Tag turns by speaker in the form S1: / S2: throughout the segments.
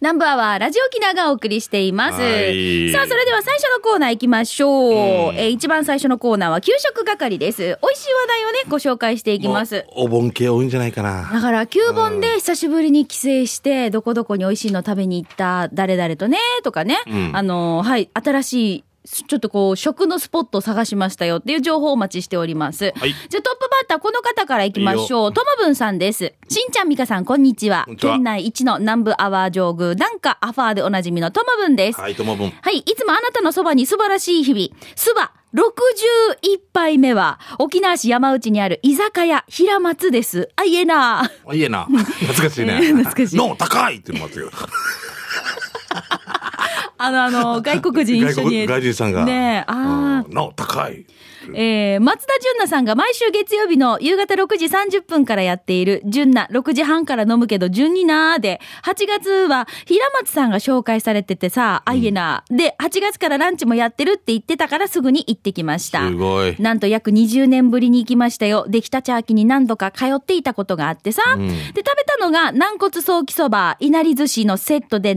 S1: ナンバーはラジオキナがお送りしています。
S2: はい
S1: さあ、それでは最初のコーナー行きましょう。えー一番最初のコーナーは給食係です。美味しい話題をね、ご紹介していきます。
S2: おお盆系多いんじゃないかな。
S1: だから、旧本で久しぶりに帰省して、どこどこに美味しいの食べに行った、誰々とね、とかね、
S2: ん
S1: あの、はい、新しい、ちょっとこう、食のスポットを探しましたよっていう情報をお待ちしております。
S2: はい
S1: じゃあ、トップバッター、この方から行きましょう。トムブンさんです。しんちゃん、みかさん、こんにちは
S2: こん。にちは
S1: 県内一の南部アワー上宮、ダンカアファーでおなじみのトムブンです。
S2: はい、ともぶん。
S1: はい、いつもあなたのそばに素晴らしい日々。そば61杯目は、沖縄市山内にある居酒屋、平松です。あ、いえな。
S2: あいいえな。懐かしいね。
S1: 懐かしい
S2: の、高いっていうのもあったけど。
S1: あの、あの、外国人一緒 に。
S2: 外国外人さんが。
S1: ねえ、ああ
S2: う。んの、高い。
S1: えー、松田純奈さんが毎週月曜日の夕方6時30分からやっている、純奈6時半から飲むけど純になーで、8月は平松さんが紹介されててさ、あいえなー。で、8月からランチもやってるって言ってたからすぐに行ってきました。
S2: すごい。
S1: なんと約20年ぶりに行きましたよ。出来たち秋に何度か通っていたことがあってさ。
S2: うん
S1: で、食べたのが軟骨早期そば、いなり寿司のセットで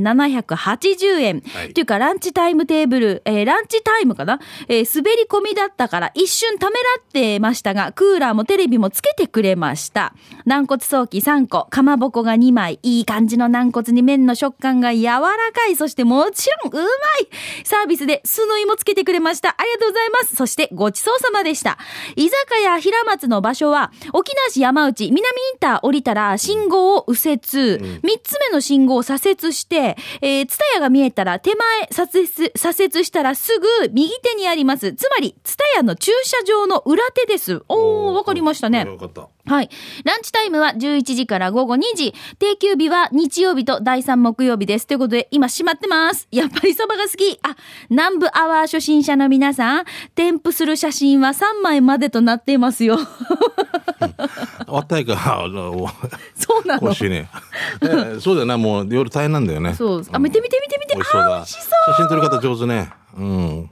S1: 780円。
S2: はい
S1: っていうか、ランチタイムテーブル、えーランチタイムかなえー滑り込みだったから一瞬ためらってましたが、クーラーもテレビもつけてくれました。軟骨早期3個、かまぼこが2枚、いい感じの軟骨に麺の食感が柔らかい、そしてもちろんうまいサービスで酢の芋つけてくれました。ありがとうございます。そしてごちそうさまでした。居酒屋平松の場所は、沖縄市山内、南インター降りたら信号を右折、三3つ目の信号を左折して、えー、ツタヤが見えたら手前左折、左折したらすぐ右手にあります。つまり、ツタヤの駐車場の裏手です。おー、わかりましたね。
S2: よかった。
S1: はい。ランチタイムは11時から午後2時。定休日は日曜日と第3木曜日です。ということで、今閉まってます。やっぱりそばが好き。あ、南部アワー初心者の皆さん、添付する写真は3枚までとなっていますよ。
S2: あったいか、 あの
S1: そうなの
S2: 欲。し いね。えそうだよな、もう夜大変なんだよね。
S1: そう。あ、見て見て見て見て。
S2: 美味しそう
S1: あ、美
S2: だ。
S1: 味しそう。
S2: 写真撮り方上手ね。うん。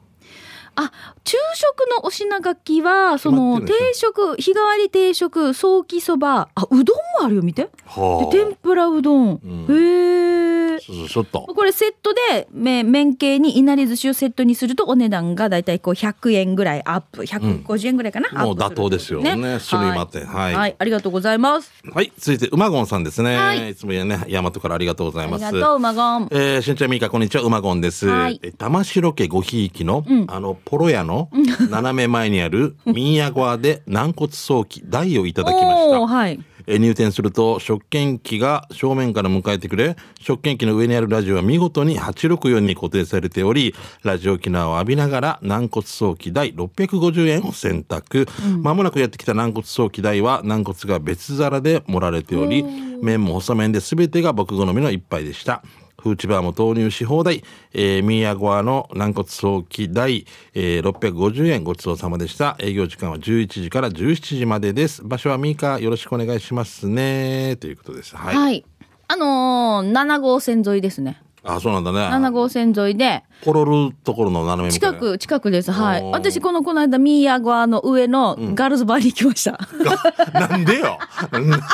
S1: あ、昼食のお品書きは、その、
S2: 決まって
S1: 定
S2: るで
S1: 食、日替わり定食、早期そば。あ、うどんもあるよ、見て。で
S2: はあ。
S1: 天ぷらうどん。へえ。
S2: そうそうちょっと。
S1: これセットで、め麺系にいなり寿司をセットにするとお値段がだいたいこう100円ぐらいアップ、150円ぐらいかな、
S2: もう
S1: アッ
S2: 妥
S1: プ
S2: 当ですよね。種類もあって。
S1: は。
S2: はいい。
S1: は
S2: はいい。
S1: ありがとうございます。
S2: 続いて、馬ゴンさんですね。
S1: はい
S2: い。つもやね、大和からありがとうござ
S1: あ
S2: い
S1: り
S2: ます。
S1: がとう、マゴン。
S2: えー、しんちゃんみーか、こんにちは、うまごんです。
S1: はい
S2: えー玉城家ごひいきの、あの、ポロ屋の、斜め前にある、ミーヤゴアで軟骨早期、大をいただきました。
S1: ーはい。
S2: えー入店すると食券機が正面から迎えてくれ食券機の上にあるラジオは見事に864に固定されておりラジオ機能を浴びながら軟骨早期台650円を選択ま、もなくやってきた軟骨早期台は軟骨が別皿で盛られており麺も細麺で全てが僕好みの一杯でしたフーチバーも投入し放題、えー、ミーアゴアの軟骨早期第、えー、650円ごちそうさまでした。営業時間は11時から17時までです。場所はミーカーよろしくお願いしますね。ということです。はい。
S1: はい。あのー、7号線沿いですね。
S2: あ、そうなんだ
S1: 7
S2: ね。
S1: 号線沿いで、
S2: コロるところの斜め向かい
S1: 近。く、近くです。はい。
S2: おー
S1: 私、この、この間、ミーヤゴアの上のガールズバーに行きま した。
S2: なんでよ。なんなんでか。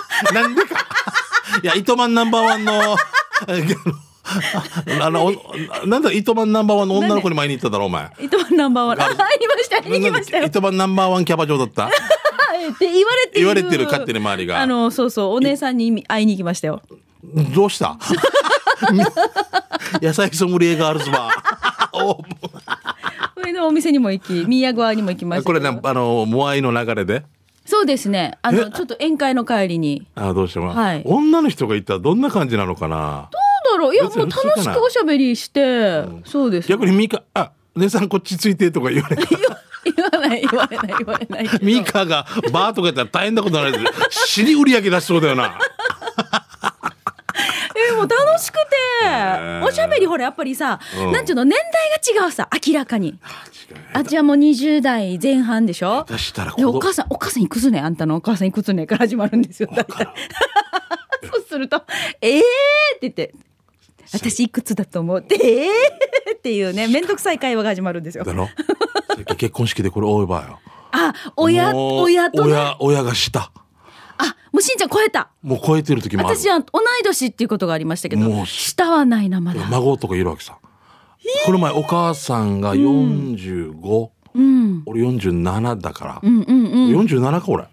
S2: いや、糸満ナンバーワンの、 えあのあの、おなんだ、糸満ナンバーワンの女の子に前に行っただろ、お前。
S1: 伊藤ナンバーワン。あ、入りました、入りましたよ。
S2: 糸満ナンバーワンキャバ嬢だった。
S1: はいって言われてる。
S2: 言われてる勝手に周りが
S1: あの、そうそう、お姉さんに会いに行きましたよ。
S2: どうした 野菜ソムリエガールズバー。お
S1: それのお店にも行き、宮川にも行きました
S2: こ
S1: け
S2: れ
S1: ど。
S2: ね、あの、モアイの流れで。
S1: そうですね。あの、ちょっと宴会の帰りに。
S2: あどうしても、
S1: はい
S2: 女の人が行ったらどんな感じなのかな
S1: なんだろういや、も
S2: 別に
S1: う楽しくおしゃべりして、そうです。
S2: 逆にミカ、あ、姉さんこっちついてとか言 われて。
S1: 言わない、言われない、言われない。
S2: ミカがバーとかやったら大変なことになる。死に売り上げ出しそうだよな。
S1: えーもう楽しくて、
S2: ー
S1: おしゃべりほらやっぱりさ、
S2: うん
S1: なんちゅうの年代が違うさ明らかにあちらもう20代前半でしょ
S2: 出したら子
S1: で
S2: 供
S1: お母さんお母さんいくつねあんたのお母さんいくつねから始まるんですよ大体そうすると「ええー!」って言って「私いくつだと思う」って「ええー!」っていうね面倒くさい会話が始まるんですよ
S2: だろ結婚式でこれ多いばよ。
S1: あ親
S2: もう
S1: 親とね
S2: 親、親がした。
S1: あ、もうしんちゃん超えた。
S2: もう超えてる時もある。
S1: 私は同い年っていうことがありましたけ
S2: も
S1: ど、
S2: う
S1: 下はないな、まだ。
S2: 孫とかいるわけさ。この前お母さんが45、
S1: うん。
S2: 俺47だから
S1: う。んうんうん。
S2: 47か俺。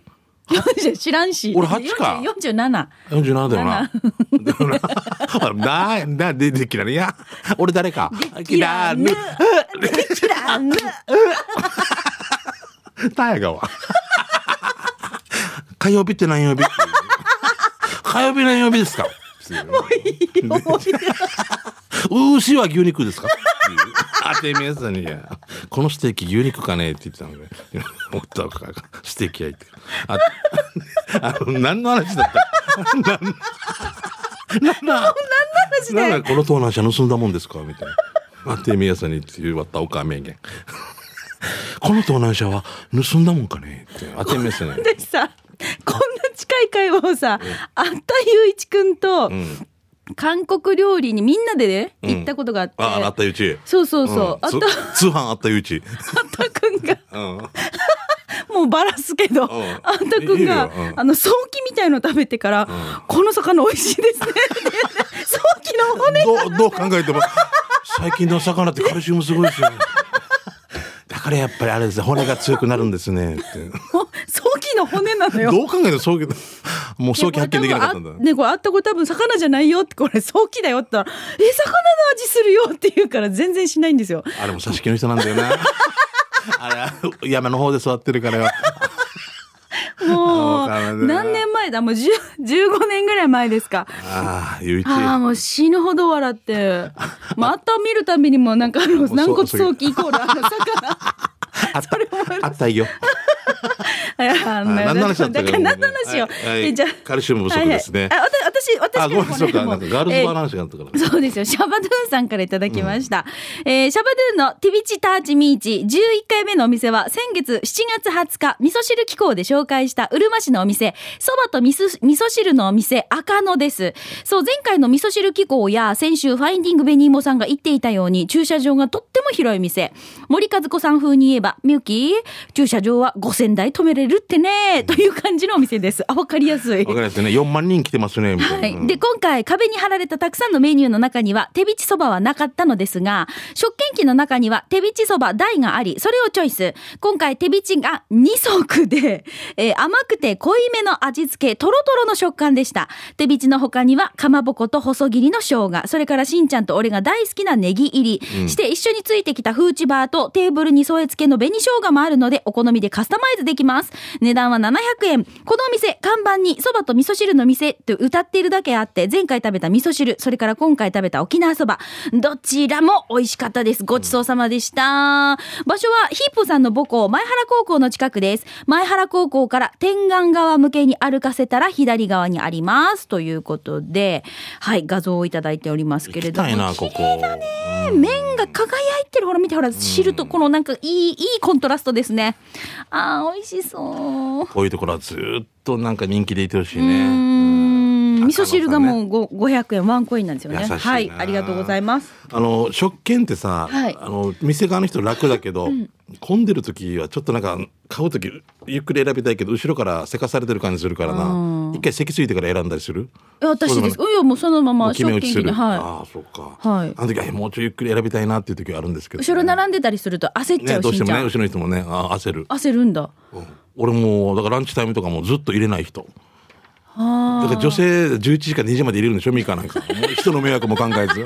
S1: 40知らんし。
S2: 俺8か
S1: 40 47。
S2: 47だよな。だよ な。な、な、で、できらね。いや、俺誰か。きらぬ。
S1: 知ら んね。
S2: たや がわ。火曜日って何曜日火曜日何曜日ですか牛は牛肉ですかっていう 当てめえさんにいや「このステーキ牛肉かね?」って言ってたので「おったかステーキ焼いて」ああの何の話だった何の話
S1: 話だよ
S2: 何のこの盗難車盗んだもんですかみたいな当てめえさんにって言わったおか名言この盗難車は盗んだもんかねって当てめえさんに
S1: 私さ、こんな近い会話をさ、あったゆういちくんと、韓国料理にみんなでね、
S2: うん
S1: 行ったことがあって。
S2: あああったいうち
S1: そうそうそう。あ
S2: ん
S1: った、
S2: つ通販あったいうち
S1: あったくんが、
S2: うん
S1: もうバラすけど、あったくん
S2: いいよ
S1: が
S2: う、ん
S1: あの、早期みたいの食べてから、この魚美味しいですねって言って。早期の骨
S2: どうどう考えても最近の魚ってカルシウムすごいですよねだからやっぱりあれですね骨が強くなるんですねって
S1: も、早期の骨なのよ。
S2: どう考えても早期もう早期発見できなかったんだ
S1: いやこれ多分あねこれあった子多分魚じゃないよってこれ早期だよって言ったら「え魚の味するよ」って言うから全然しないんですよ。
S2: あれも刺身の人なんだよなあれ山の方で育ってるからよ
S1: も
S2: わか
S1: う
S2: る
S1: 何年前だもう10 15年ぐらい前ですか。
S2: ああゆういち
S1: ああもう死ぬほど笑ってまた見るたびにもなんかあ の
S2: そう
S1: 軟骨早期イコールあの魚。
S2: あったあったよ
S1: いやあの
S2: あ何の話だっ
S1: だ
S2: たっけ
S1: から何の話を、
S2: はいはい
S1: えじゃあ
S2: カルシウム不足ですね
S1: はいはいあわた私私から
S2: あごめんそうか
S1: も
S2: なんかガールズバーの話があったか ら、
S1: そうですよ。シャバドゥンさんからいただきました。えーシャバドゥンのティビチターチミーチ11回目のお店は先月7月20日、味噌汁機構で紹介したうるま市のお店、そばと味噌味噌汁のお店、赤野です。そう、前回の味噌汁機構や先週ファインディングベニーモさんが言っていたように駐車場がとっても広い店。森和子さん風に言えば、みゆき、駐車場は5000台止めれるってね、という感じのお店です。あ、わかりやすい
S2: わ。かりますね4万人来てますねみたい
S1: は
S2: な、
S1: い。で、今回壁に貼られたたくさんのメニューの中には、手びちそばはなかったのですが、食券機の中には手びちそば台があり、それをチョイス。今回手びちが2足で、えー甘くて濃いめの味付け、とろとろの食感でした。手びちの他には、かまぼこと細切りの生姜、それからしんちゃんと俺が大好きなネギ入り、して一緒についてきたフーチバーとテーブルに添え付けの紅生姜もあるので、お好みでカスタマイズできます。値段は700円。このお店、看板にそばと味噌汁の店と歌っているだけあって、前回食べた味噌汁、それから今回食べた沖縄そば、どちらも美味しかったです。ごちそうさまでした。場所はヒープさんの母校、前原高校の近くです。前原高校から天眼川向けに歩かせたら左側にあります。ということで、はい、画像をいただいておりますけ
S2: 行
S1: れ
S2: き
S1: ども。
S2: たいなここ
S1: ね麺が輝いてるほら見てほら汁とこのなんかいいいいコントラストですねあー美味しそう
S2: こういうところはずっとなんか人気でいてほしいう
S1: ー
S2: ね
S1: ん
S2: 赤
S1: 味
S2: の
S1: 噌汁がもうご500円ワンコインなんですよね
S2: 優しいな
S1: はいありがとうございます
S2: あの食券ってさ、
S1: はい
S2: あの店側の人楽だけど、混んでる時はちょっとなんか買う時ゆっくり選びたいけど後ろからせかされてる感じするからな一回席ついてから選んだりする
S1: え私です
S2: そ
S1: いやもうそのま
S2: もう
S1: ま
S2: 決め打ちする、
S1: には
S2: ああそうか、
S1: はい
S2: あの時はもうちょいゆっくり選びたいなっていう時はあるんですけ
S1: い
S2: ど、
S1: 後ろ並んでたりすると焦っちゃ
S2: ね
S1: う
S2: どう
S1: し
S2: し
S1: ん
S2: て
S1: ち
S2: も
S1: ゃ
S2: ね
S1: ん
S2: 後ろの人もねあー焦る、
S1: 焦るん だ
S2: うん俺もだからランチタイムとかもずっと入れない人
S1: あ
S2: だから女性11時から2時まで入れるんでしょミカなんか。もう人の迷惑も考えず。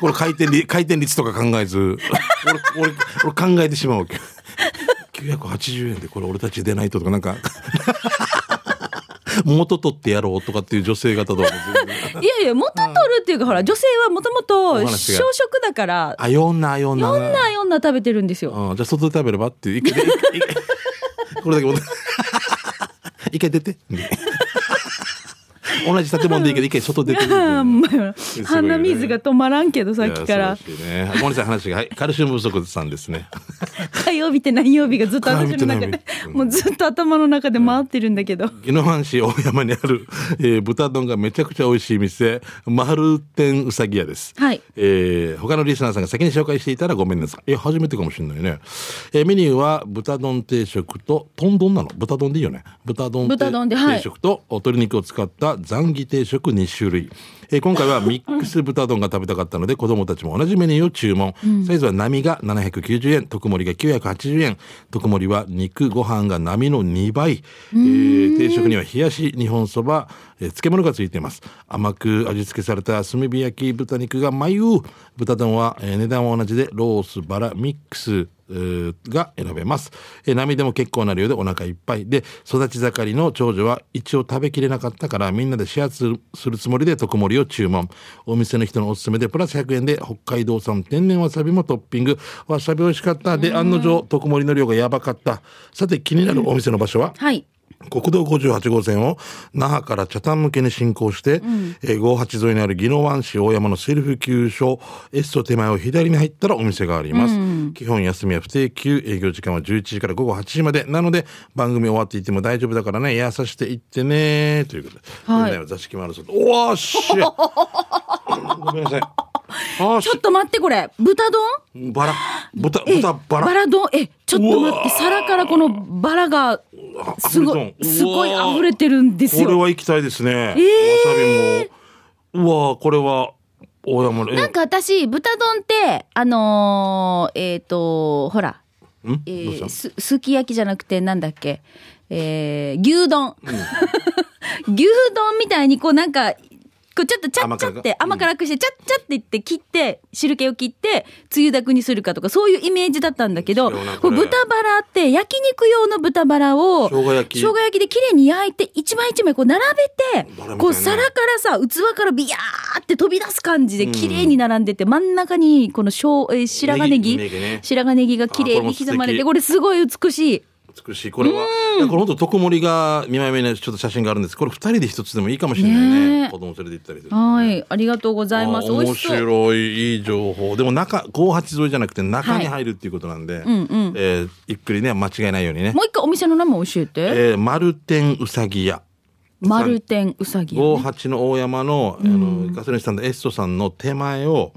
S2: これ回転率、回転率とか考えず。俺、俺、俺考えてしまうわけ。980円でこれ俺たち出ないととかなんか。 元取ってやろうとかっていう女性方とはもう全然。
S1: ーいやいや元取るっていうかほら女性はもともと
S2: 話
S1: 小
S2: が
S1: 食だから
S2: あ、よんな、よんな。
S1: 女は女食べてるんですよ
S2: うん、じゃあ外で食べればっていう。一回、一回 一 回これだけ戻一回出て。同じ建物でいいけど、一回外出てくるんだよね。 ね
S1: 鼻水が止まらんけど、さっきから
S2: いや。素晴しいね、ごめんなさい話が、はい、カルシウム不足さんですね
S1: 火曜日って何曜日がずっと私の
S2: 火
S1: 中
S2: 曜日
S1: で
S2: って何曜、日
S1: もうずっと頭の中で回ってるんだけど。
S2: 宜野湾市大山にある、えー豚丼がめちゃくちゃ美味しい店丸天うさぎ屋です、
S1: はい
S2: えー他のリスナーさんが先に紹介していたらごめんなさいいや初めてかもしれないね、えーメニューは豚丼定食と豚丼なの豚丼でいいよね豚丼定
S1: 豚丼ではい
S2: 定食とお鶏肉を使ったザンギ定食2種類、えー今回はミックス豚丼が食べたかったので子供たちも同じメニューを注文、サイズは並が790円特盛りが980円特盛りは肉ご飯が並の2倍、えー定食には冷やし日本そば、えー漬物がついています甘く味付けされた炭火焼き豚肉がまゆ豚丼は、えー値段は同じでロースバラミックスえーが選べます。えー波でも結構な量でお腹いっぱいで育ち盛りの長女は一応食べきれなかったからみんなでシェアするするつもりで特盛りを注文お店の人のおすすめでプラス100円で北海道産天然わさびもトッピングわさび美味しかったで案の定特盛りの量がやばかったさて気になるお店の場所は
S1: はい。
S2: 国道58号線を那覇から北谷向けに進行して、えー58沿いにある宜野湾市大山のセルフ急所エスト手前を左に入ったらお店があります、基本休みは不定休営業時間は11時から午後8時までなので番組終わっていても大丈夫だからねやさしていってねということで
S1: はい
S2: 現在は座敷もあるそうでおーし ごめんなさいあーし
S1: ちょっと待って、これ。豚丼
S2: バラ豚
S1: え
S2: 豚バラ
S1: 丼。え、ちょっと待って、皿からこのバラが、すごい、
S2: 溢れそう
S1: すごいう
S2: わー
S1: 溢れてるんです
S2: これ
S1: よ。
S2: は行きたいです
S1: え
S2: ね。わさびも。うわーこれは、大山の、え
S1: なんか私、豚丼って、あのー、えっ、と、ほら、
S2: ん
S1: え
S2: どうした
S1: ー、す、すき焼きじゃなくて、なんだっけ、えー、牛丼。 牛丼みたいに、こうなんか、こうちょっとちゃっちゃって、甘
S2: 甘
S1: 辛くして、ちゃっちゃっていって切って、汁気を切って、つゆだくにするかとか、そういうイメージだったんだけど、
S2: それをなんかね
S1: こう豚バラって、焼肉用の豚バラを、
S2: 生姜焼き
S1: 生姜焼きで綺麗に焼いて、一枚一枚こう並べて
S2: バラみたい、な
S1: こう皿からさ、器からビヤーって飛び出す感じで綺麗に並んでて、真ん中にこのしょう、えー白髪ネギ、
S2: ネギネギね
S1: 白髪ネギが綺麗に刻まれて、
S2: あ
S1: こ
S2: こ
S1: れすごい美しい。
S2: 美しい。これは、いやこれ本当、特盛りが2枚目のちょっと写真があるんです。これ2人で1つでもいいかもしれないね。
S1: ねえ
S2: 子供連れて行ったりする。
S1: はい、ありがとうございます。
S2: あー
S1: 美
S2: 面
S1: 味しそう。
S2: 白い、いい情報。でも中、58沿いじゃなくて中に
S1: は
S2: 入るっていうことなんで、えーゆっくりね、間違いないようにね。
S1: もう一回お店の名前教えて。
S2: えー、丸天うさぎ屋。
S1: 丸天うさぎ、ね。
S2: 58の大山のあのガソリンスタンドエストさんの手前を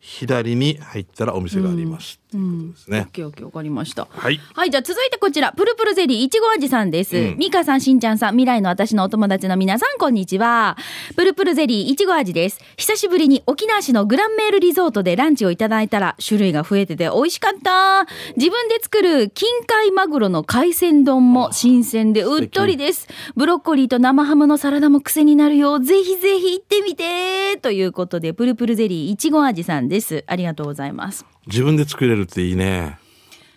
S2: 左に入ったらお店がありますっていうことですね。
S1: オッケーオッケー、わかりました。
S2: はい。
S1: はい、じゃあ続いてこちら、プルプルゼリーいちご味さんです。ミカさん、しんちゃんさん、未来の私のお友達の皆さん、こんにちは。プルプルゼリーいちご味です。久しぶりに沖縄市のグランメールリゾートでランチをいただいたら、種類が増えてて美味しかった。自分で作る近海マグロの海鮮丼も新鮮でうっとりです。ブロッコリーと生ハムのサラダも癖になるよ。ぜひぜひ行ってみて。ということで、プルプルゼリーいちご味さんです。ありがとうございます。
S2: 自分で作れるっていいね。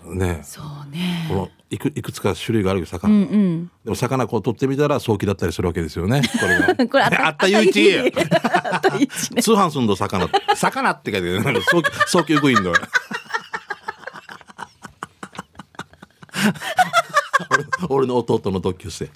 S2: ね。
S1: そうね。
S2: このいくいくつか種類があるけど魚、でも魚こう取ってみたら早期だったりするわけですよね。これが
S1: これあった
S2: あったゆういち
S1: あったゆうい ちね
S2: 通販すんの魚魚って書いてあるなんか早期早期ウグイ ンド俺俺の弟の同級生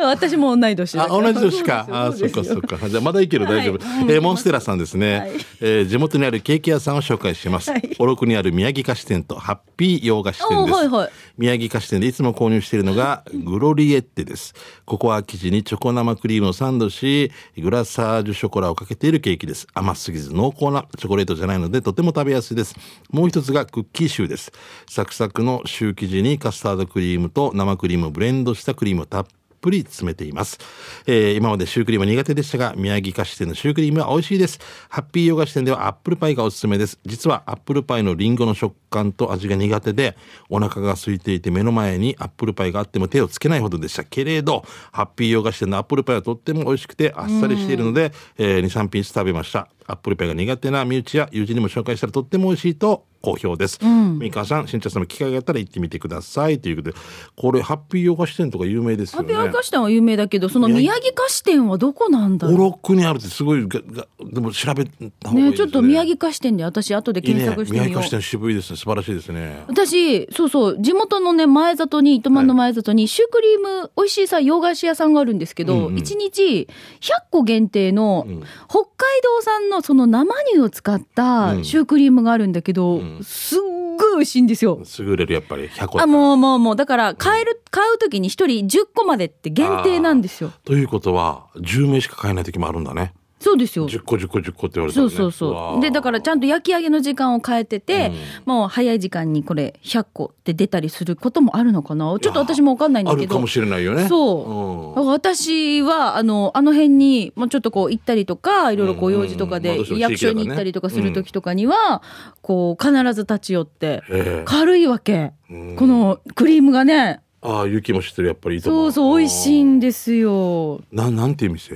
S1: 私も同い年だ
S2: あ
S1: から
S2: 同じ年か。あ、
S1: そ
S2: そう
S1: で
S2: っか
S1: すよ
S2: そっか。じゃあまだいける大丈夫。
S1: はい
S2: えーモンステラさんですね、
S1: はい
S2: えー地元にあるケーキ屋さんを紹介します。
S1: はい
S2: おろくにある宮城菓子店とハッピー洋菓子店です。
S1: おーはいはい
S2: 宮城菓子店でいつも購入しているのがグロリエッテです。ココア生地にチョコ生クリームをサンドし、グラサージュショコラをかけているケーキです。甘すぎず濃厚なチョコレートじゃないのでとても食べやすいです。もう一つがクッキーシューです。サクサクのシュー生地にカスタードクリームと生クリームをブレンドしたクリームをたっぷりたっぷり詰めています、えー今までシュークリームは苦手でしたが宮城菓子店のシュークリームは美味しいですハッピー洋菓子店ではアップルパイがおすすめです実はアップルパイのリンゴの食感と味が苦手でお腹が空いていて目の前にアップルパイがあっても手をつけないほどでしたけれどハッピー洋菓子店のアップルパイはとっても美味しくてあっさりしているので、え23ピース食べましたアップルパイが苦手な身内や友人にも紹介したらとっても美味しいと好評です。みかんさん、しんちゃんさんも機会があったら行ってみてくださいということで、これハッピー洋菓子店とか有名ですよ
S1: ハッ
S2: ね。
S1: ピーワーカシ店は有名だけど、その宮城菓子店はどこなんだ
S2: 五
S1: ろ
S2: 六にあるってすごいががでも調べた方
S1: う。
S2: がいいですね。
S1: ね、ちょっと宮城菓子店で私後で
S2: いいね
S1: 検索して
S2: 宮
S1: み
S2: 城
S1: よ
S2: 菓
S1: う。
S2: 子店渋いですね。素晴らしいですね。
S1: 私、そうそう、地元のね、前里に、糸満の前里に、シュークリーム、美味しいさ、洋菓子屋さんがあるんですけ
S2: うん
S1: ど、
S2: うん
S1: 一日100個限定の、
S2: うん
S1: 北海道産のその生乳を使ったシュークリームがあるんだけど、
S2: うん
S1: すっごい美味しいんですよ。
S2: 優れるやっぱり100個
S1: あ、もうもうもう、だから、買える、買うときに一人10個までって限定なんですよ。
S2: ということは10名しか買えない時もあるんだね
S1: そうですよ。
S2: 10個10個10個って言われた
S1: そ
S2: ら、
S1: う
S2: ね、
S1: そうそう。で、だからちゃんと焼き上げの時間を変えてて、もう早い時間にこれ100個って出たりすることもあるのかなちょっと私もわかんないん
S2: あ
S1: だけ
S2: るか
S1: ど
S2: も。しれないよね
S1: そう。だ
S2: う
S1: から
S2: ん
S1: 私は、あの、あの辺に、まあ、ちょっとこう行ったりとか、いろいろこう用事とか
S2: うんうん
S1: で
S2: うんまあどうして、も
S1: 役所
S2: 地
S1: に
S2: 域
S1: 行
S2: だからね
S1: ったりとかする時とかには、こう、必ず立ち寄って、
S2: え
S1: 軽いわけ。
S2: えうん
S1: このクリームがね、
S2: ああ雪も知ってるやっぱりいいと
S1: そ
S2: 思
S1: うそう、美味しいんですよ。
S2: ななんていう店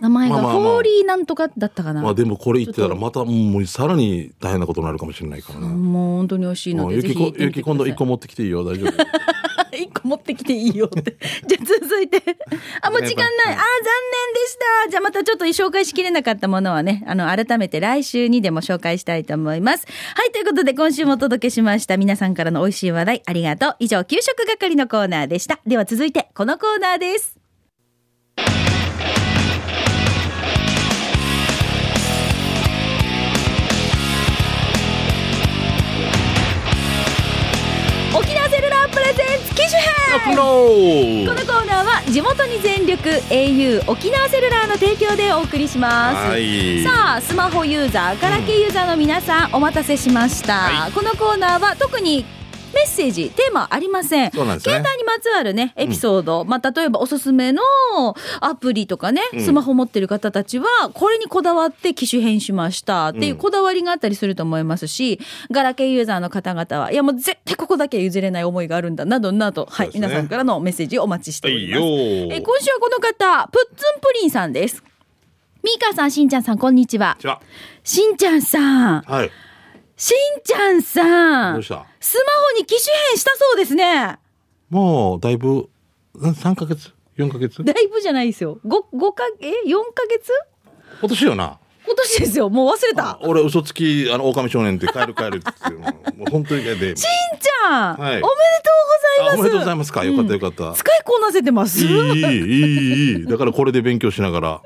S1: 名前が、
S2: まあまあまあ
S1: ホーリーなんとかだったかな。
S2: まあでもこれ言ってたら
S1: ちょ
S2: またもうさらに大変なことになるかもしれないからね
S1: もう本当に美味しいの
S2: うん
S1: で、ぜ
S2: 雪
S1: ひ行
S2: こ
S1: ってみて
S2: 雪今度
S1: ください
S2: 1個持ってきていいよ大丈夫
S1: 一個持ってきていいよって。 じゃあ続いて。あ、もう時間ない。あー、残念でした。じゃあまたちょっと紹介しきれなかったものはね、あの、改めて来週にでも紹介したいと思います。はい、ということで今週もお届けしました。皆さんからの美味しい話題ありがとう。以上、給食係のコーナーでした。では続いて、このコーナーです。沖縄セルラープレゼンツ機種編こ
S2: プロ
S1: のコーナーは地元に全力 au 沖縄セルラーの提供でお送りします。
S2: はい
S1: さあスマホユーザーガラケーユーザーの皆さん、お待たせしました、
S2: は
S1: このコーナーは特にメッセージテーマはありません
S2: そうなんですね
S1: 携帯にまつわるねエピソード、まあ、例えばおすすめのアプリとかね、
S2: うん
S1: スマホ持ってる方たちはこれにこだわって機種変しましたっていうこだわりがあったりすると思いますし、ガラケーユーザーの方々はいやもう絶対ここだけは譲れない思いがあるんだなどなど、はい
S2: そうですね
S1: 皆さんからのメッセージお待ちしております。
S2: はいよ
S1: え今週はこの方プッツンプリンさんです。ミーカーさん、しんちゃんさん、こんにちは。
S2: じゃ
S1: しんちゃんさん、
S2: あはい
S1: しんちゃんさ
S2: ど
S1: ん
S2: うし、た
S1: スマホに機種変したそうですね。
S2: もうだいぶ3ヶ月4ヶ月
S1: だいぶじゃないですよ。5、五か、え、4ヶ月
S2: 今年よな
S1: 今年ですよ。もう忘れた。
S2: 俺嘘つきあの狼少年って帰る帰るって 言ってもう本当に嫌で
S1: しんちゃん、
S2: はい
S1: おめでとう
S2: あ
S1: ございます。
S2: おめでとうございますかよかったよかった、
S1: 使いこなせてます。
S2: いいいいいいいいだからこれで勉強しながら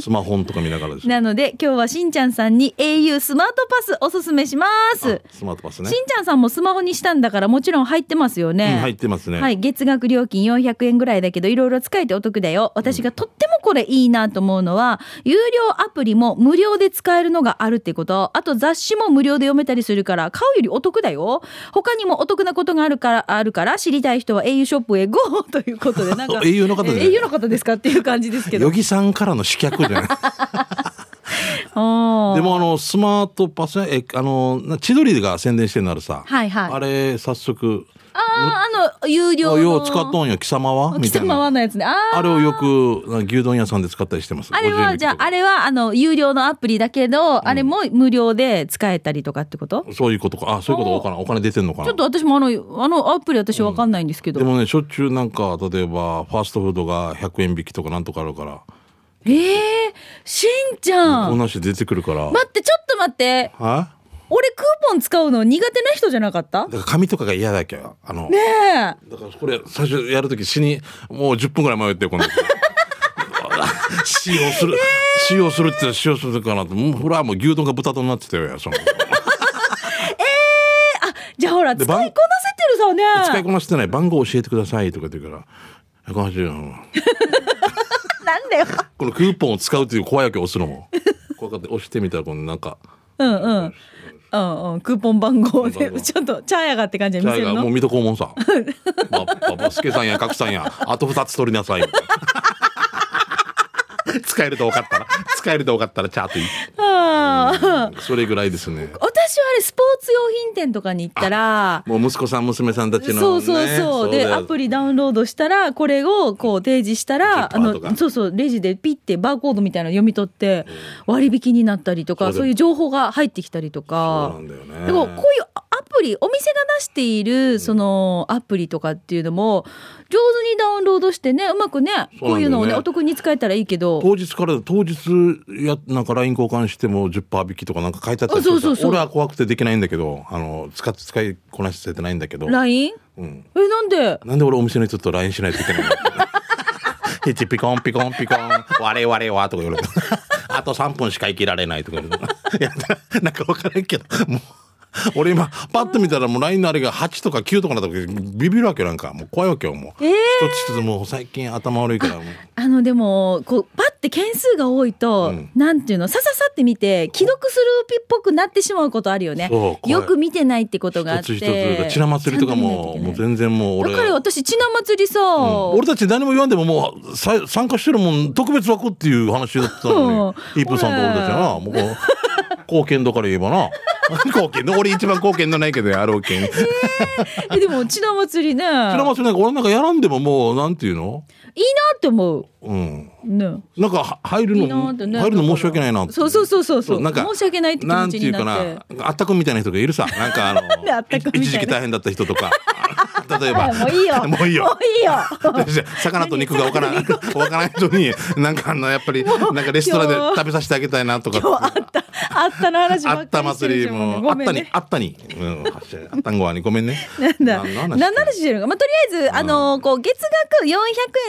S2: スマホとか見ながらですね
S1: なので、今日はしんちゃんさんに au スマートパスおすすめします。
S2: あスマートパスね
S1: しんちゃんさんもスマホにしたんだからもちろん入ってますよね。
S2: うん入ってますね、。
S1: はい、月額料金400円ぐらいだけど、いろいろ使えてお得だよ。私がとってもこれいいなと思うのは、有料アプリも無料で使えるのがあるってこと。あと雑誌も無料で読めたりするから、買うよりお得だよ。他にもお得なことがあるから、あるから、知りたい人は au ショップへ GO! ということで、なんか
S2: au の方ですね
S1: えー au の方ですかっていう感じですけど。
S2: ヨギさんからの試 脚じゃない
S1: あー
S2: でもあのスマートパスねえあのな千鳥が宣伝してるのあるさ、
S1: はいはい
S2: あれ早速
S1: あー、あの、有
S2: 「あ
S1: 料の。
S2: よう使っとんよ貴様は?」み
S1: 貴
S2: たいな
S1: 様はのやつね。あー
S2: あれをよくな牛丼屋さんで使ったりしてます
S1: あれは、じゃあ、あ
S2: れ
S1: れは、あの、有料のアプリだけど、あれも無料で使えたりとかってこと
S2: そういうことかあそういうことわからんお金出てんのかな
S1: ちょっと私もあの、あのアプリ私わかんないんですけど。
S2: でもねしょっちゅうなんか例えばファーストフードが100円引きとかなんとかあるから
S1: ええー、しんちゃ
S2: こん
S1: ん。
S2: な人出てくるから、
S1: 待って、ちょっと待って。
S2: は
S1: 俺クーポン使うの苦手な人じゃなかった
S2: だから紙とかが嫌だっけどあの、
S1: ねえ。
S2: だからこれ最初やるとき死にもう10分ぐらい迷って この使用する、使用するって言ったら使用するかなともうほらもう牛丼が豚丼になってたよその
S1: じゃあほら、使
S2: で
S1: いこな
S2: 番
S1: せてるさね。
S2: 使いこなしてない番号教えてくださいとかって言うから180円
S1: なんだよ。
S2: このクーポンを使うっていう怖いわけ押すのも 怖かった押してみたらこのなんか
S1: うんうん。うんうん、クーポン番号
S2: クーポン
S1: で、
S2: 番号
S1: ちょっと、チャーヤがって感じで
S2: じ
S1: 見
S2: ゃあ
S1: せる
S2: もう
S1: の
S2: 水戸黄門さバッババスケさんや角さんやあと2つ取りなさい 使えると分かったら使えると分かったらチャートいい
S1: あー
S2: それぐらいですね
S1: 私はあれ、スポーツ用品店とかに行ったら、
S2: もう息子さん娘さんたちの、ね、
S1: そうそうそう、でアプ
S2: リ
S1: リダウンロードしたらこれをこう提示したらあ
S2: ジッパーとか
S1: のそうそうレジでピッてバーコードみたいなの読み取って割引になったりとか
S2: そうだよ
S1: そういう情報が入ってきたりと
S2: そう
S1: か
S2: なんだよね
S1: だからこういうアププリ、お店が出している、その、アプリとかっていうのも、上手にダウンロードしてね、うまくね、こういうのをね、お得に使えたらいいけど、
S2: 当日から当日やなんか LINE 交換しても10%引きとかなんか書いてあったりする
S1: あそうそうそう
S2: 俺は怖くてできないんだけどあの使って使いこなしててないんだけど、
S1: LINE?
S2: うん、
S1: え、なんで
S2: なんで俺お店の人と LINE しないといけ ないの一ピコンピコンピコン我々はとか言われてあと3分しか生きられないとか言われていやなんか分からんけどもう俺今パッと見たらもう LINE のあれが8とか9とかなった時ビビるわけよなんかもう怖いわけよもう、
S1: えー
S2: 一つ一つもう最近頭悪いからもう
S1: あのでもこうパッて件数が多いと、
S2: うん
S1: なんていうのさささって見て既読スルーっぽくなってしまうことあるよね
S2: そう怖い
S1: よく見てないってことがあっ
S2: 一
S1: て
S2: つ一つちな祭りとかももう全然もう俺
S1: だから私ちな祭りさ、
S2: うん俺たち何も言わんでももうさ参加してるもん特別枠っていう話だったの
S1: うん
S2: にイープーさんと俺たちはなもうこう貢献度から言えばな 貢献度俺一番貢献度ないけどやろうけんち
S1: えでもちな祭りね
S2: なまつりなんか俺なんかやらんでももうなんていうの
S1: いいなって思う
S2: うん
S1: ね
S2: なんかは入る
S1: い
S2: の
S1: いなってね
S2: 入るの申し訳ないなって
S1: そうそうそうそうそう
S2: なんか
S1: 申し訳ないって気持ちになって
S2: んていうかなあったくんみたいな人がいるさなんかあの
S1: であったくんみたいな
S2: 一時期大変だった人 とか例えば
S1: はいもういいよ
S2: もういい よ
S1: もういいよ
S2: 魚と肉がわからん、 わからない人に、なんかあの、やっぱり、なんかレストランで
S1: 今日
S2: 食べさせてあげたいなとか。
S1: あったあったの話ば
S2: あ
S1: っ
S2: っ
S1: か
S2: た
S1: りしてる
S2: 祭
S1: じ
S2: り
S1: ゃん
S2: も、
S1: ご
S2: あっ
S1: めん
S2: た
S1: ね
S2: に、あったに。うん、あったんごわに、ごめんね。
S1: なんだ。
S2: 何の
S1: 何
S2: 話
S1: の話してるのか。まあ、とりあえず、あの、こう、月額400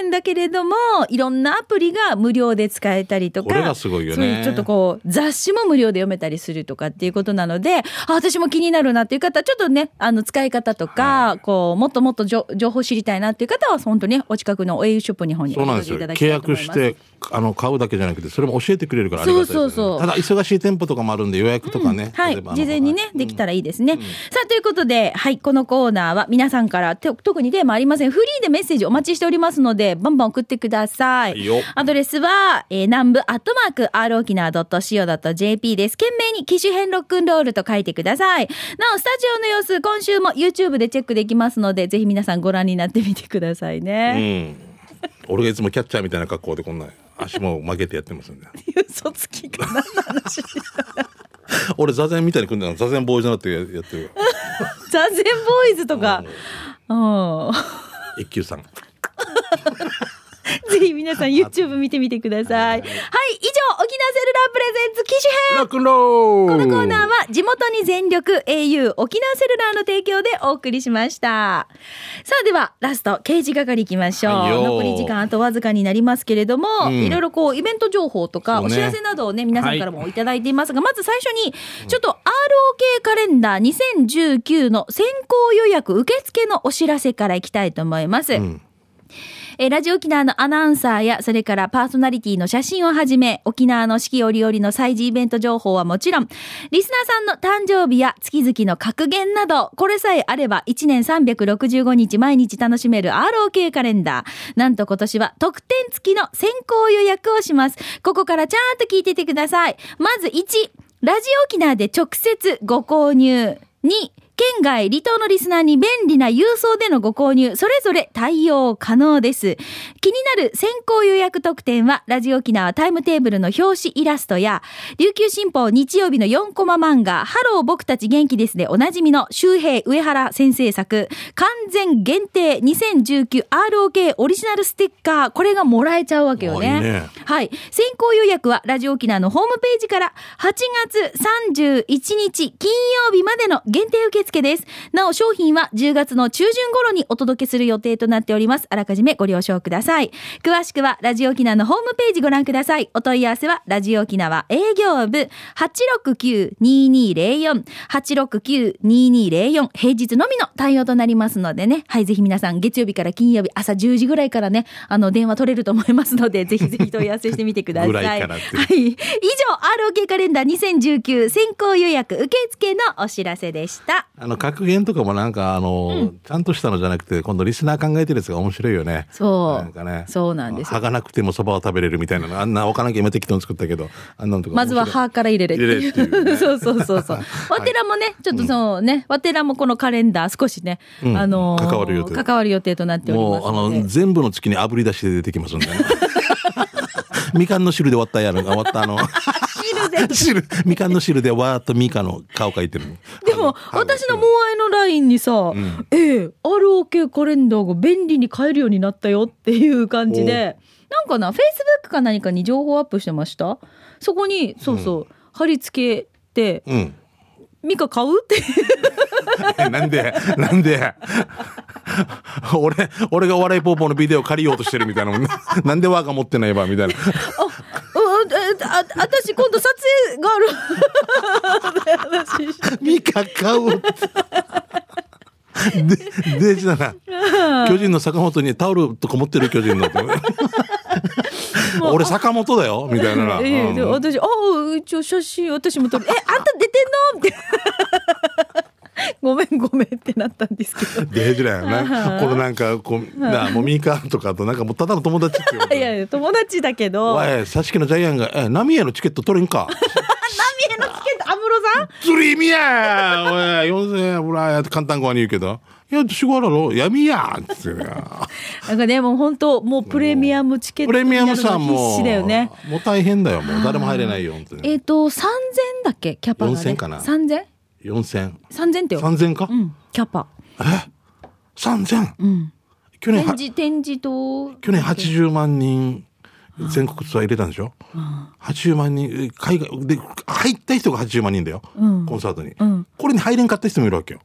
S1: 円だけれども、いろんなアプリが無料で使えたりとか。
S2: これがすごいよね
S1: そういうちょっとこう、雑誌も無料で読めたりするとかっていうことなので、あ、私も気になるなっていう方、ちょっとね、あの、使い方とか、こう、もっともっとじょ情報知りたいなっていう方は、本当ね、お近くの au ショップの方に
S2: そうなんですよ。契約し。て、あの、買うだけじゃなくて、それも教えてくれるからありがたいですね。
S1: そうそうそう
S2: ただ、忙しい店舗とかもあるんで、予約とかね。
S1: はい
S2: 例えば。あの
S1: 事前にね、できたらいいですね。さあ、ということで、はい、このコーナーは皆さんから、て特にテーマありません。フリーでメッセージお待ちしておりますので、バンバン送ってください。
S2: いいよ
S1: アドレスは、えー、南部アットマーク、r 沖縄 .co.jp です。懸命に機種編ロックンロールと書いてください。なお、スタジオの様子、今週も YouTube でチェックできますので、ぜひ皆さんご覧になってみてくださいね。
S2: うん。俺がいつもキャッチャーみたいな格好で、こんな足も曲げてやってますんで。
S1: 嘘つきかな話。
S2: 俺、座禅みたいに組んでたの、座禅ボーイじゃなくて、やってるよ。
S1: 座禅ボーイズとか。うん。
S2: 一 休さん。
S1: ぜひ皆さん YouTube 見てみてください。はい、以上、沖縄セルラープレゼンツ機種編
S2: ロックンロー
S1: こ
S2: ル
S1: のコーナーは地元に全力 au 沖縄セルラーの提供でお送りしました。さあではラスト刑事係いきましょう。
S2: はいよ
S1: 残り時間あとわずかになりますけれども、
S2: ん
S1: いろいろこうイベント情報とか
S2: そう
S1: お
S2: ね
S1: 知らせなどをね皆さんからもいただいていますが、まず最初にちょっと ROK カレンダー2019の先行予約受付のお知らせからいきたいと思います。えーラジオ沖縄のアナウンサーや、それからパーソナリティの写真をはじめ、沖縄の四季折々の祭事イベント情報はもちろん、リスナーさんの誕生日や月々の格言など、これさえあれば1年365日毎日楽しめる ROK カレンダー。なんと今年は特典付きの先行予約をします。ここからちゃーんと聞いててください。まず1、ラジオ沖縄で直接ご購入。2、県外、離島のリスナーに便利な郵送でのご購入、それぞれ対応可能です。気になる先行予約特典は、ラジオ沖縄タイムテーブルの表紙イラストや、琉球新報日曜日の4コマ漫画、ハロー僕たち元気ですでおなじみの周平上原先生作、完全限定 2019ROK オリジナルステッカー、これがもらえちゃうわけよ
S2: あいいね
S1: はい。先行予約はラジオ沖縄のホームページから8月31日金曜日までの限定受付です。なお商品は10月の中旬頃にお届けする予定となっております。あらかじめご了承ください。詳しくはラジオ沖縄のホームページご覧ください。お問い合わせはラジオ沖縄営業部869-2204 869-2204平日のみの対応となりますのでね。はい。ぜひ皆さん月曜日から金曜日朝10時ぐらいからね、あの電話取れると思いますの で、ぜひぜひ問い合わせしてみてください。
S2: ぐらいからって
S1: はい。以上、ROK カレンダー2019先行予約受付のお知らせでした。
S2: あの格言とかもなんかあの、ちゃんとしたのじゃなくて今度リスナー考えてるやつが面白いよね。
S1: そう
S2: なんかね。
S1: そうなんですよ
S2: 歯がなくてもそばを食べれるみたいなのあんなわからんけど今適当に作ったけどあんなのとか
S1: まずは
S2: 面白い
S1: 歯から入れれってい
S2: 入れれっていう
S1: う。
S2: ね
S1: そうそうそうそう。わてらもね、ちょっとそうね、わてらもこのカレンダー少しね、
S2: ん
S1: あのー
S2: 関わる予定
S1: 関わる予定となっております
S2: も
S1: の
S2: う
S1: で。
S2: あの全部の月に 炙り出しで出てきますんで、ね。みかんの汁で割ったやるが終わったあの
S1: 汁然
S2: 汁、みかんの汁でわーっとみかんの顔描いてるの。
S1: でも、
S2: あ
S1: 私のモアイのラインにさ、ええ、ROK カレンダーが便利に買えるようになったよっていう感じで、なんかな、Facebook か何かに情報アップしてましたそこに、そうそう、貼り付けて、
S2: うん。
S1: ミカ買うってい う
S2: え なんで、なんで、俺、俺がお笑いポーポーのビデオ借りようとしてるみたいなもんね。 なんでわが持ってないば、みたいな。
S1: あ、うん、えあ、私今度撮影がある。私
S2: ミカ買うって。で、デジだな。巨人の坂本にタオルとか持ってる 巨人の。俺坂本だよみたいな。
S1: ええで
S2: うん
S1: 私、あ、一応写真、私も撮る。え、あんた出てんのみたいな。 ごめん、ごめんってなったんですけ ど。
S2: デージだよ
S1: あ
S2: な。
S1: ー
S2: このなんか、こう、なあ、もうミカとかと、なんかもうただの友達っていうこと。
S1: いやいや、友達だけど。
S2: お
S1: 浪江
S2: い、さしきのジャイアンが、え、ナミエのチケット取れん
S1: の
S2: か。
S1: チケット、安室さん
S2: 釣り見やおい、4000円、ほら、簡単語に言うけど。いや、仕事だろ闇やっつって。
S1: なんかね、もう本当、もうプレミアムチケット。
S2: プレミアムさんも、
S1: 必死だよね。
S2: もう大変だよ、もう。誰も入れないよ、本当に。
S1: えっ、と、3000だっけキャパが、ね。
S2: 4000かな
S1: 3000?
S2: 4000。
S1: 3000ってよ。
S2: 3000か
S1: うん、キャパ。
S2: 3000。
S1: うん。
S2: 去年
S1: 展
S2: は、
S1: 示、展示と。
S2: 去年80万人、全国ツアー入れたんでしょ ?80 万人、海外、で、入った人が80万人だよ。
S1: うん
S2: コンサートに
S1: ん。
S2: これに入れんかった人もいるわけよ。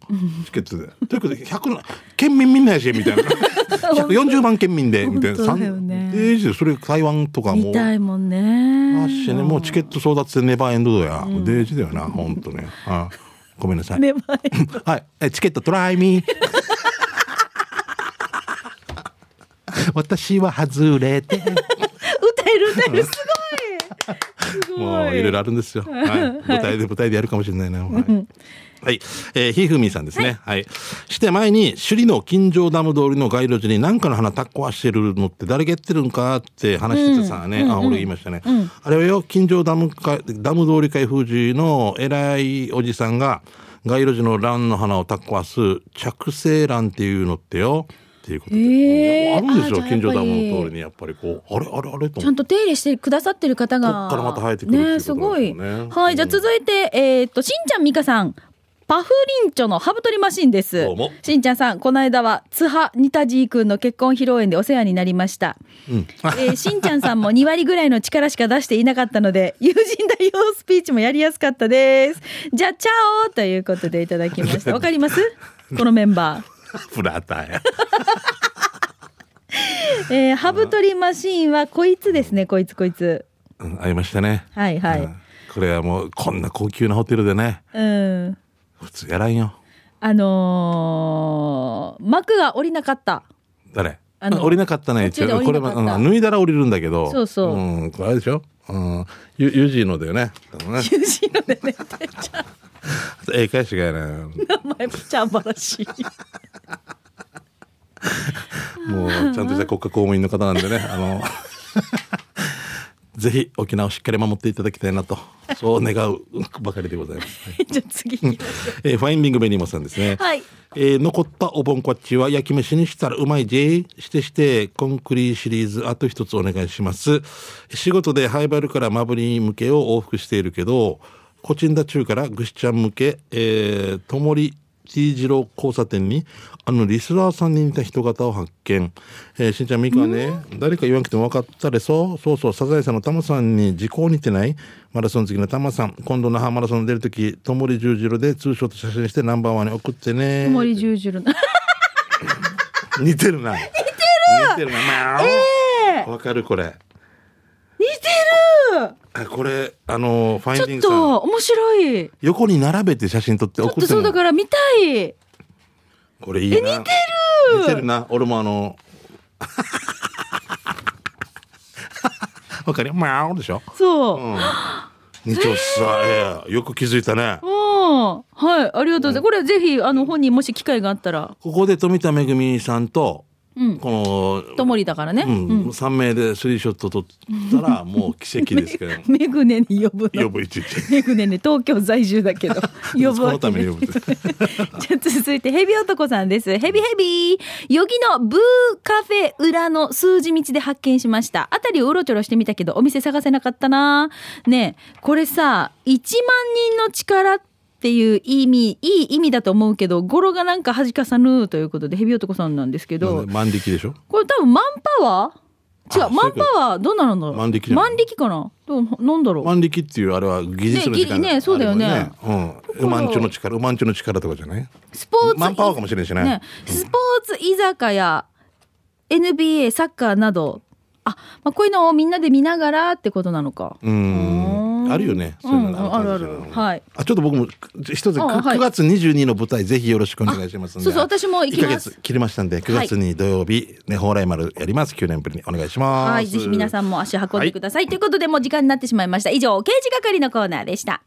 S2: チケットで。ということで、100の、県民みんなやし、みたいな。140万県民で、みたいな。
S1: 本当だよね
S2: ええそれ台湾とかも
S1: 見。たいもんね。
S2: あっしね、もうチケット争奪戦ネバーエンドだよ。デージだよな、ほんとね。あごめん なさい。
S1: ねまあ
S2: はい。え、チケットトライミー。 私は外れて。
S1: 歌える歌えるすごい。すごい。
S2: もういろいろある んですよ。はい。舞台で舞台でやるかもしれないな。はい。はい。えーひふみさんですね。はい。して前に、首里の金城ダム通りの街路樹に何かの花たっ壊してるのって誰がやってるんかって話してたさね。あ、俺言いましたね。あれはよ、金城ダムか、ダム通り開封時の偉いおじさんが、街路樹の蘭の花をたっ壊す着生蘭っていうのってよ。っていうことで。
S1: へー
S2: あるんですよ、
S1: あじゃあや
S2: 金
S1: っぱり
S2: 城ダムの通りにやっぱりこう、あれあれあれと
S1: ち
S2: 思
S1: ゃ
S2: っ
S1: ん
S2: て。
S1: と手入れしてくださってる方が。
S2: こっからまた生えてくるっていうこと
S1: ね、すごい。
S2: ですよね
S1: はい、じゃあ続いて、えーっと、しんちゃんみかさん。パフリンチョのハブ取りマシンです。
S2: どうも
S1: しんちゃんさん、この間は、津波ニタジー君の結婚披露宴でお世話になりま した。えーしんちゃんさんも2割ぐらいの力しか出していなかったので、友人代表スピーチもやりやすかったです。じゃあ、チャオということでいただきま した。わかりますこのメンバー。
S2: フラターや。
S1: えー、ハブ取りマシーンはこいつですね、こいつこいつ。
S2: うん、ありましたね。
S1: はいはい
S2: うんこれはもう、こんな高級なホテルでね、
S1: うん。
S2: 普通やらんよ。
S1: あのー、幕が降りなかった。
S2: 誰
S1: あの
S2: 降りなかったね、
S1: 途中で降
S2: これ
S1: りなか
S2: は、
S1: った
S2: うん脱いだら降りるんだけど。
S1: そうそう
S2: うん、これあれでしょうん、ゆ、ゆじのだ よね。あのね
S1: 友人のね、
S2: ええ返しがやな。も
S1: 名前もちゃんばらしい。
S2: う、ちゃんとした国家公務員の方なん でね、あの、ぜひ沖縄をしっかり守っていただきたいなと、そう願うばかりでございます。
S1: じゃあ次行きましょ
S2: えーファインディングベニモさんですね。
S1: はい
S2: えー残ったお盆こっちは焼き飯にしたらうまいじしてして、コンクリシリーズあと一つお願いします。仕事でハイバルからマブリン向けを往復しているけど、コチンダ中からグシちゃん向け、えー、ともり T 字路交差点に、あの、リスナーさんに似た人型を発見。えーしんちゃんみかはね、誰か言わなくても分かったでそうそうそう、サザエさんのタマさんに時効似てないマラソン好きのタマさん、今度那覇マラソン出るとき、ともり十字路でツーショット写真してナンバーワンに送ってね
S1: う。。森十字路の。
S2: 似てるな。似てる似てるな。まあわかるこれ。
S1: 似てる
S2: あこれ、あの、ファインデ
S1: ちょ
S2: ィン
S1: っ
S2: グさん。
S1: と面白い。
S2: 横に並べて写真撮って
S1: ちょっ
S2: 送
S1: と
S2: って
S1: そ
S2: も
S1: うだから見たい。
S2: これいいな。似てる似てるな。俺もあの、 わかるまあ、でしょ。
S1: そう。
S2: 似てるさ、ええよく気づいたね。
S1: うん。はい、ありがとうございます。これぜひ、あの、本人もし機会があったら。
S2: ここで富田恵さんと
S1: うん
S2: この、
S1: ともりだからね。う
S2: うん
S1: ん。
S2: 3名でスリーショット取ったらもう奇跡です けど
S1: メグネに呼ぶ
S2: 呼
S1: の。
S2: ぶいちいち
S1: メグネね、東京在住だけど。 呼ぶ
S2: こ
S1: わ
S2: の
S1: け
S2: た
S1: ね
S2: めに呼ぶって
S1: じゃあ続いてヘビ男さんです。ヘビヘビヨギのブーカフェ裏の数字道で発見しました。あたりをうろちょろしてみたけど、お店探せなかったな。ねえ、これさ、1万人の力っていう意味、いい意味だと思うけど、語呂がなんか恥かさぬということで、ヘビ男さんなんですけど、
S2: 万力でしょ
S1: これ多分マンパワー違
S2: あ
S1: う、マンパ
S2: そ
S1: ワーどうなるんだろう
S2: 万力じゃない
S1: 万力かなどうなんだろう
S2: 万力っていうあれは技術の力
S1: ねぎねそうだよね
S2: あれもねうんうまんちょの力うまんちょの力とかじゃない
S1: スポーツ。
S2: マンパワーかもしれないしね
S1: スポーツ居酒屋、NBA、サッカーなど、あ、まあ、こういうのをみんなで見ながらってことなのか。
S2: う
S1: うー
S2: ん
S1: ん
S2: あるよねそういの
S1: ん、あるある。はい。
S2: あちょっと僕も一つ
S1: あはい
S2: 9月22の舞台ぜひよろしくお願いしますんで
S1: そうそう私も行きます
S2: 1ヶ月切りましたんで9月に土曜日ね蓬莱丸やります9年ぶりにお願いします
S1: はい、ぜひ皆さんも足運んでください。ということで、もう時間になってしまいました。以上、刑事係のコーナーでした。